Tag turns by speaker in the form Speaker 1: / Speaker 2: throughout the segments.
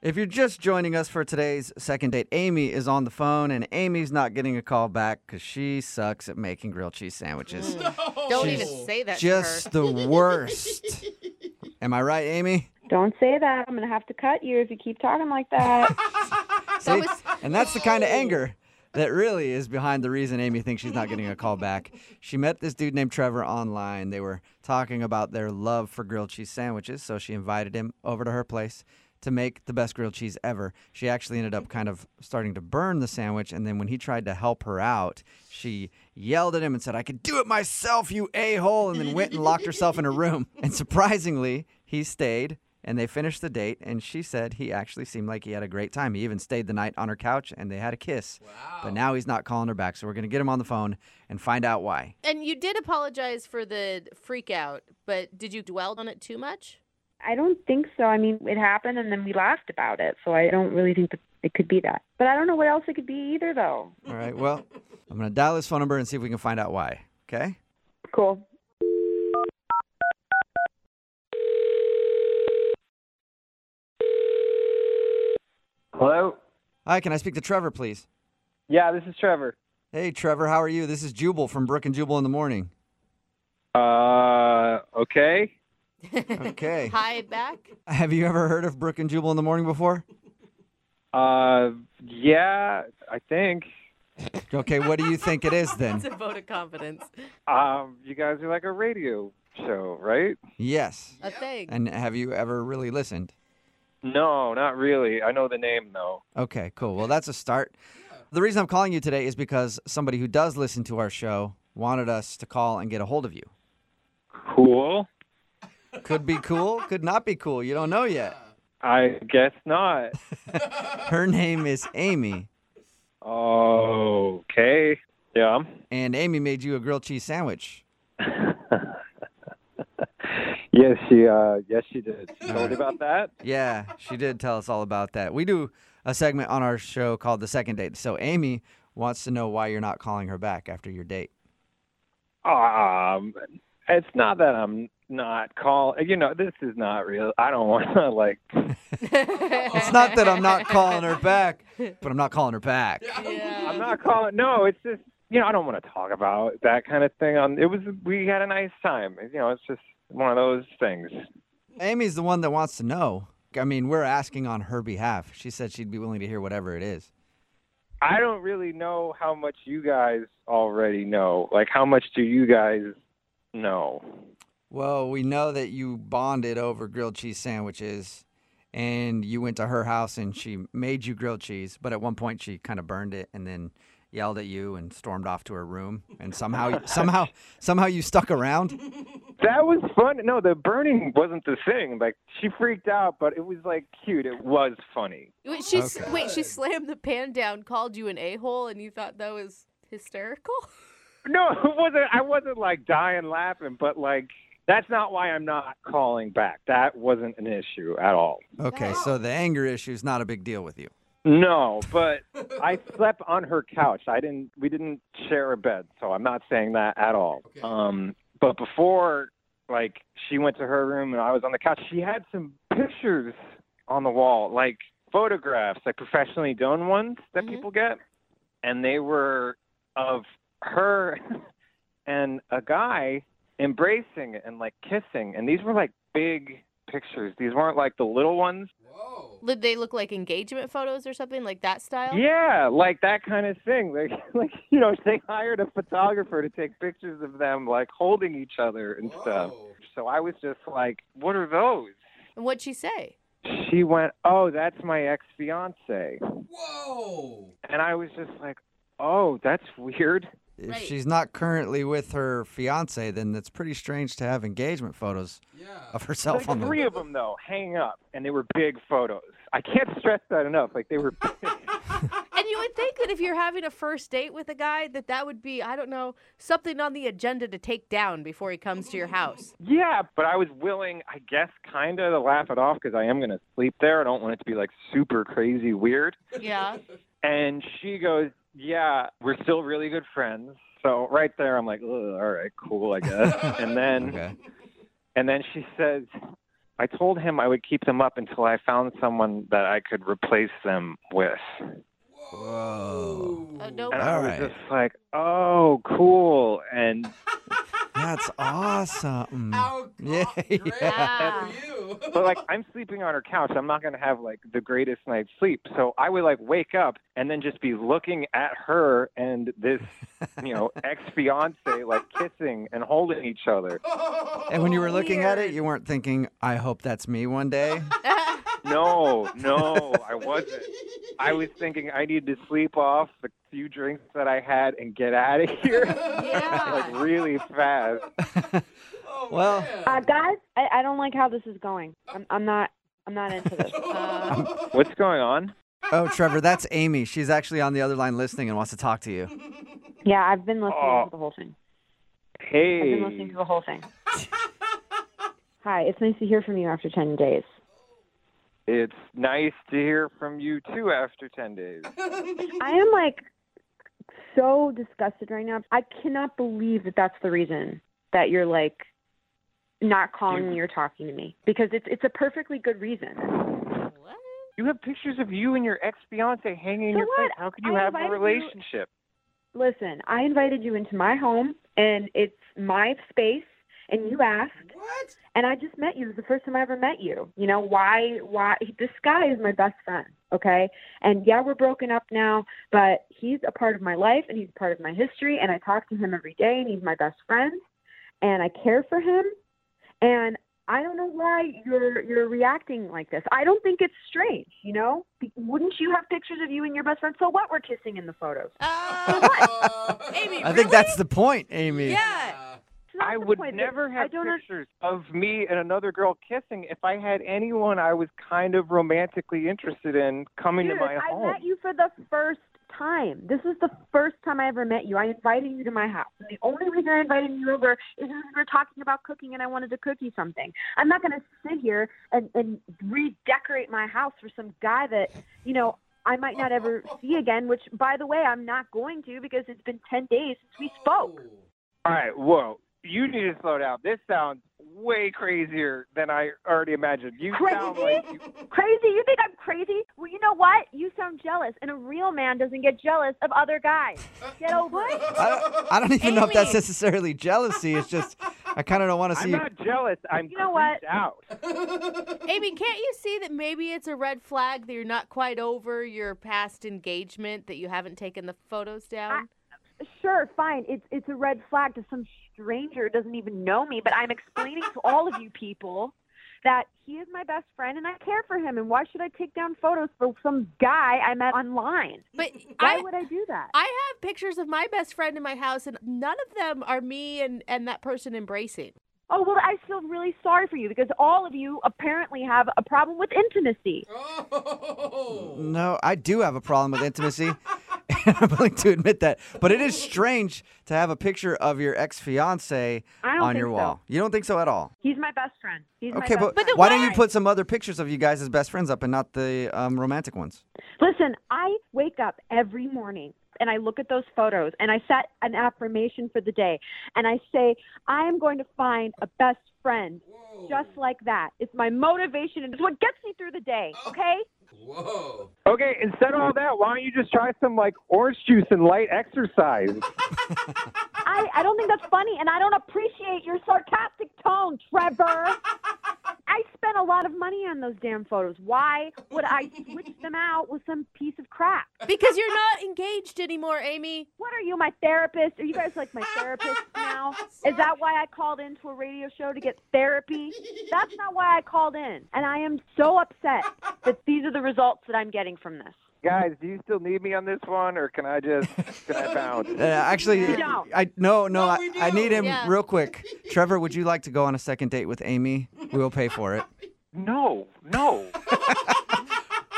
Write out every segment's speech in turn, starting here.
Speaker 1: If you're just joining us for today's second date, Amy is on the phone, and Amy's not getting a call back because she sucks at making grilled cheese sandwiches.
Speaker 2: Don't
Speaker 1: She's
Speaker 2: even say that.
Speaker 1: Just the worst. Am I right, Amy?
Speaker 3: Don't say that. I'm going to have to cut you if you keep talking like that.
Speaker 1: See? and that's the kind of anger that really is behind the reason Amy thinks she's not getting a call back. She met this dude named Trevor online. They were talking about their love for grilled cheese sandwiches, so she invited him over to her place to make the best grilled cheese ever. She actually ended up kind of starting to burn the sandwich, and then when he tried to help her out, she yelled at him and said, I can do it myself, you a hole, and then went and locked herself in a room. And surprisingly, he stayed and they finished the date, and she said he actually seemed like he had a great time. He even stayed the night on her couch, and they had a kiss. Wow. But now he's not calling her back, so we're going to get him on the phone and find out why.
Speaker 2: And you did apologize for the freak out, but did you dwell on it too much?
Speaker 3: I don't think so. I mean, it happened and then we laughed about it. So I don't really think that it could be that. But I don't know what else it could be either, though.
Speaker 1: All right, well, I'm going to dial his phone number and see if we can find out why. Okay?
Speaker 3: Cool.
Speaker 4: Hello?
Speaker 1: Hi, can I speak to Trevor, please?
Speaker 4: Yeah, this is Trevor.
Speaker 1: Hey, Trevor, how are you? This is Jubal from Brook and Jubal in the Morning.
Speaker 4: Uh, okay.
Speaker 1: Okay.
Speaker 2: Hi, back.
Speaker 1: Have you ever heard of Brook and Jubal in the Morning before?
Speaker 4: Uh, yeah, I think.
Speaker 1: Okay, what do you think it is then?
Speaker 2: It's a vote of confidence.
Speaker 4: Um, you guys are like a radio show, right?
Speaker 1: Yes.
Speaker 2: A thing.
Speaker 1: And have you ever really listened?
Speaker 4: No, not really. I know the name though.
Speaker 1: Okay, cool. Well, that's a start. The reason I'm calling you today is because somebody who does listen to our show wanted us to call and get a hold of you.
Speaker 4: Cool.
Speaker 1: Could be cool, could not be cool. You don't know yet.
Speaker 4: I guess not.
Speaker 1: Her name is Amy,
Speaker 4: okay. Yeah.
Speaker 1: and Amy made you a grilled cheese sandwich.
Speaker 4: Yes, she. Uh, yes, she did. She
Speaker 1: All right.
Speaker 4: told you about that.
Speaker 1: Yeah, she did tell us all about that. We do a segment on our show called The Second Date. So Amy wants to know why you're not calling her back after your date.
Speaker 4: Um, it's not that I'm not call. You know, this is not real. I don't want to like.
Speaker 1: It's not that I'm not calling her back, but I'm not calling her back.
Speaker 4: I'm not calling. No, it's just you know I don't want to talk about that kind of thing. Um, it was we had a nice time. You know, it's just one of those things.
Speaker 1: Amy's the one that wants to know. I mean, we're asking on her behalf. She said she'd be willing to hear whatever it is.
Speaker 4: I don't really know how much you guys already know. Like, how much do you guys know?
Speaker 1: Well, we know that you bonded over grilled cheese sandwiches and you went to her house and she made you grilled cheese, but at one point she kind of burned it and then yelled at you and stormed off to her room and somehow somehow somehow you stuck around.
Speaker 4: That was fun. No, the burning wasn't the thing. Like, she freaked out, but it was like cute. It was funny.
Speaker 2: Wait, she s wait, she slammed the pan down, called you an a hole, and you thought that was hysterical.
Speaker 4: No, it wasn't. I wasn't like dying laughing, but like that's not why I'm not calling back. That wasn't an issue at all.
Speaker 1: Okay, so the anger issue is not a big deal with you.
Speaker 4: No, but I slept on her couch. I didn't. We didn't share a bed, so I'm not saying that at all. Um, but before, like, she went to her room and I was on the couch. She had some pictures on the wall, like photographs, like professionally done ones that people get, and they were of her and a guy embracing and like kissing, and these were like big pictures. These weren't like the little ones.
Speaker 2: Did they look like engagement photos or something like that style?
Speaker 4: Yeah, like that kind of thing. Like, like you know, they hired a photographer to take pictures of them, like holding each other and stuff. So I was just like, "What are those?"
Speaker 2: And what'd she say?
Speaker 4: She went, "Oh, that's my ex fiance." Whoa! And I was just like, "Oh, that's weird."
Speaker 1: If
Speaker 2: Right.
Speaker 1: she's not currently with her fiance, then it's pretty strange to have engagement photos of herself
Speaker 4: Like
Speaker 1: on the
Speaker 4: three of them though, hang up, and they were big photos. I can't stress that enough. Like they were
Speaker 2: And you would think that if you're having a first date with a guy, that that would be, I don't know, something on the agenda to take down before he comes to your house.
Speaker 4: Yeah, but I was willing, I guess, kind of to laugh it off because I am going to sleep there. I don't want it to be like super crazy weird.
Speaker 2: Yeah.
Speaker 4: And she goes, Yeah, we're still really good friends. So right there, I'm like, "Ugh, All right, cool, I guess. and then,
Speaker 1: Okay.
Speaker 4: and then she says, I told him I would keep them up until I found someone that I could replace them with.
Speaker 1: Whoa.
Speaker 2: Uh, no.
Speaker 4: And I
Speaker 1: All
Speaker 4: was
Speaker 1: right.
Speaker 4: just like, Oh, cool. And
Speaker 1: That's awesome.
Speaker 5: How
Speaker 1: Mm. Yeah,
Speaker 5: great
Speaker 2: yeah.
Speaker 5: for you.
Speaker 4: but like I'm sleeping on her couch. I'm not gonna have like the greatest night's sleep. So I would like wake up and then just be looking at her and this, you know, ex fiance like kissing and holding each other.
Speaker 1: And when you were looking at it,
Speaker 2: Weird.
Speaker 1: you weren't thinking, I hope that's me one day.
Speaker 4: No, no, I wasn't. I was thinking I need to sleep off the few drinks that I had and get out of here like
Speaker 2: yeah.
Speaker 4: really fast.
Speaker 5: Oh,
Speaker 1: Well-
Speaker 5: man.
Speaker 3: Uh, guys, I, I don't like how this is going. I'm, I'm not. I'm not into this.
Speaker 2: Uh,
Speaker 4: What's going on?
Speaker 1: oh, Trevor, that's Amy. She's actually on the other line listening and wants to talk to you.
Speaker 3: Yeah, I've been listening
Speaker 4: Oh.
Speaker 3: to the whole thing. I've
Speaker 4: Hey,
Speaker 3: been listening to the whole thing. Hi, it's nice to hear from you after ten days.
Speaker 4: it's nice to hear from you too after ten days.
Speaker 3: I am like so disgusted right now. I cannot believe that that's the reason that you're like not calling me or talking to me because it's it's a perfectly good reason.
Speaker 2: what?
Speaker 4: You have pictures of you and your ex fiance hanging in
Speaker 3: So
Speaker 4: your
Speaker 3: what?
Speaker 4: place. How could you
Speaker 3: I
Speaker 4: have a
Speaker 3: invited you-
Speaker 4: relationship?
Speaker 3: Listen, I invited you into my home and it's my space and you asked
Speaker 5: What?
Speaker 3: and I just met you. It was the first time I ever met you. You know, why why this guy is my best friend, okay? And yeah, we're broken up now, but he's a part of my life and he's a part of my history and I talk to him every day and he's my best friend and I care for him and I don't know why you're you're reacting like this. I don't think it's strange, you know? Be- Wouldn't you have pictures of you and your best friend? So what? We're kissing in the photos.
Speaker 2: Uh, Amy,
Speaker 1: I think
Speaker 2: really?
Speaker 1: that's the point, Amy.
Speaker 2: Yeah.
Speaker 3: It's not
Speaker 4: I
Speaker 3: the
Speaker 4: would
Speaker 3: point.
Speaker 4: never
Speaker 3: I
Speaker 4: have
Speaker 3: don't un-
Speaker 4: pictures of me and another girl kissing if I had anyone I was kind of romantically interested in coming
Speaker 3: Dude,
Speaker 4: to my
Speaker 3: I
Speaker 4: home.
Speaker 3: met you for the first time. This is the first time I ever met you. I invited you to my house. And the only reason I invited you over is because we were talking about cooking and I wanted to cook you something. I'm not going to sit here and, and redecorate my house for some guy that, you know, I might not ever see again, which, by the way, I'm not going to because it's been 10 days since we spoke.
Speaker 4: All right, whoa. You need to slow down. This sounds way crazier than I already imagined. You sound
Speaker 3: Crazy?
Speaker 4: like you,
Speaker 3: Crazy? You think I'm crazy? Well, you know what? You sound jealous, and a real man doesn't get jealous of other guys. Get over it.
Speaker 1: I don't, I don't even know if that's
Speaker 2: Amy.
Speaker 1: necessarily jealousy. It's just, I kind of don't want to
Speaker 4: I'm
Speaker 1: see.
Speaker 4: not jealous. I'm
Speaker 3: You know
Speaker 4: creeped
Speaker 3: what?
Speaker 4: out.
Speaker 2: Amy, can't you see that maybe it's a red flag that you're not quite over your past engagement, that you haven't taken the photos down?
Speaker 3: sure, fine. It's it's a red flag to some stranger who doesn't even know me, but I'm explaining to all of you people that he is my best friend and I care for him and why should I take down photos for some guy I met online?
Speaker 2: but
Speaker 3: Why
Speaker 2: I,
Speaker 3: would I do that?
Speaker 2: I have pictures of my best friend in my house, and none of them are me and, and that person embracing.
Speaker 3: Oh well I feel really sorry for you because all of you apparently have a problem with intimacy.
Speaker 5: Oh.
Speaker 1: No, I do have a problem with intimacy. I'm willing to admit that. But it is strange to have a picture of your ex fiance
Speaker 3: I don't
Speaker 1: on
Speaker 3: think
Speaker 1: your
Speaker 3: so.
Speaker 1: wall. You don't think so at all?
Speaker 3: He's my best friend. He's
Speaker 1: Okay,
Speaker 3: my
Speaker 1: but,
Speaker 3: best
Speaker 2: But then
Speaker 1: why don't you
Speaker 2: why-
Speaker 1: put some other pictures of you guys as best friends up and not the um, romantic ones?
Speaker 3: Listen, I wake up every morning and I look at those photos and I set an affirmation for the day and I say, I am going to find a best friend just like that. It's my motivation and it's what gets me through the day, okay?
Speaker 5: Whoa.
Speaker 4: Okay, instead of all that, why don't you just try some like orange juice and light exercise?
Speaker 3: I, I don't think that's funny and I don't appreciate your sarcastic tone, Trevor. I spent a lot of money on those damn photos. Why would I switch them out with some piece of crap?
Speaker 2: Because you're not engaged anymore, Amy.
Speaker 3: What are you, my therapist? Are you guys like my therapist now? Is that why I called into a radio show to get therapy? That's not why I called in. And I am so upset that these are the results that I'm getting from this.
Speaker 4: Guys, do you still need me on this one, or can I just can I bounce?
Speaker 1: Uh, actually,
Speaker 3: You don't.
Speaker 1: I no, no,
Speaker 5: No,
Speaker 1: I,
Speaker 5: we do.
Speaker 1: I need him
Speaker 2: Yeah.
Speaker 1: real quick. Trevor, would you like to go on a second date with Amy? We will pay for it.
Speaker 4: No, no.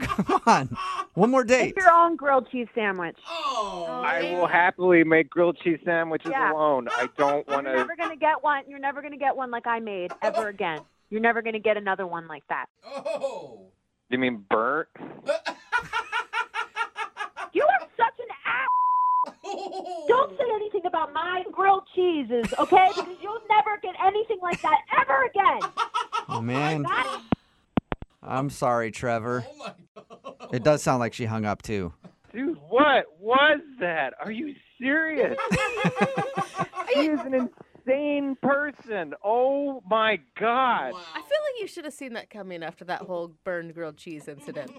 Speaker 1: Come on. One more date.
Speaker 3: Make your own grilled cheese sandwich.
Speaker 5: Oh.
Speaker 4: I will happily make grilled cheese sandwiches
Speaker 3: Yeah.
Speaker 4: alone. I don't want
Speaker 3: You're
Speaker 4: to.
Speaker 3: never gonna get one. You're never gonna get one like I made ever again. You're never gonna get another one like that.
Speaker 5: Oh.
Speaker 4: You mean burnt?
Speaker 3: You are such an ass.
Speaker 5: Oh.
Speaker 3: Don't say anything about my grilled cheeses, okay? Because you'll never get anything like that ever again.
Speaker 1: Oh, man.
Speaker 3: That is
Speaker 1: I'm sorry, Trevor.
Speaker 5: Oh my god.
Speaker 1: It does sound like she hung up too.
Speaker 4: Dude, what was that? Are you serious? she is an insane person. Oh my god.
Speaker 2: I feel like you should have seen that coming after that whole burned grilled cheese incident.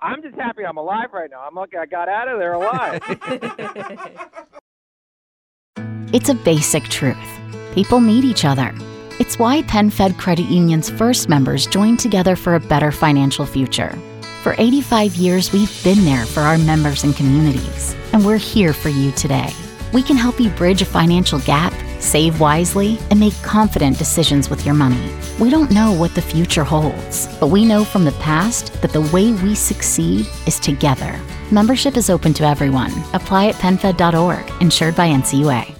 Speaker 4: I'm just happy I'm alive right now. I'm lucky I got out of there alive.
Speaker 6: It's a basic truth. People need each other. It's why PenFed Credit Union's first members joined together for a better financial future. For 85 years, we've been there for our members and communities, and we're here for you today. We can help you bridge a financial gap, save wisely, and make confident decisions with your money. We don't know what the future holds, but we know from the past that the way we succeed is together. Membership is open to everyone. Apply at penfed.org, insured by NCUA.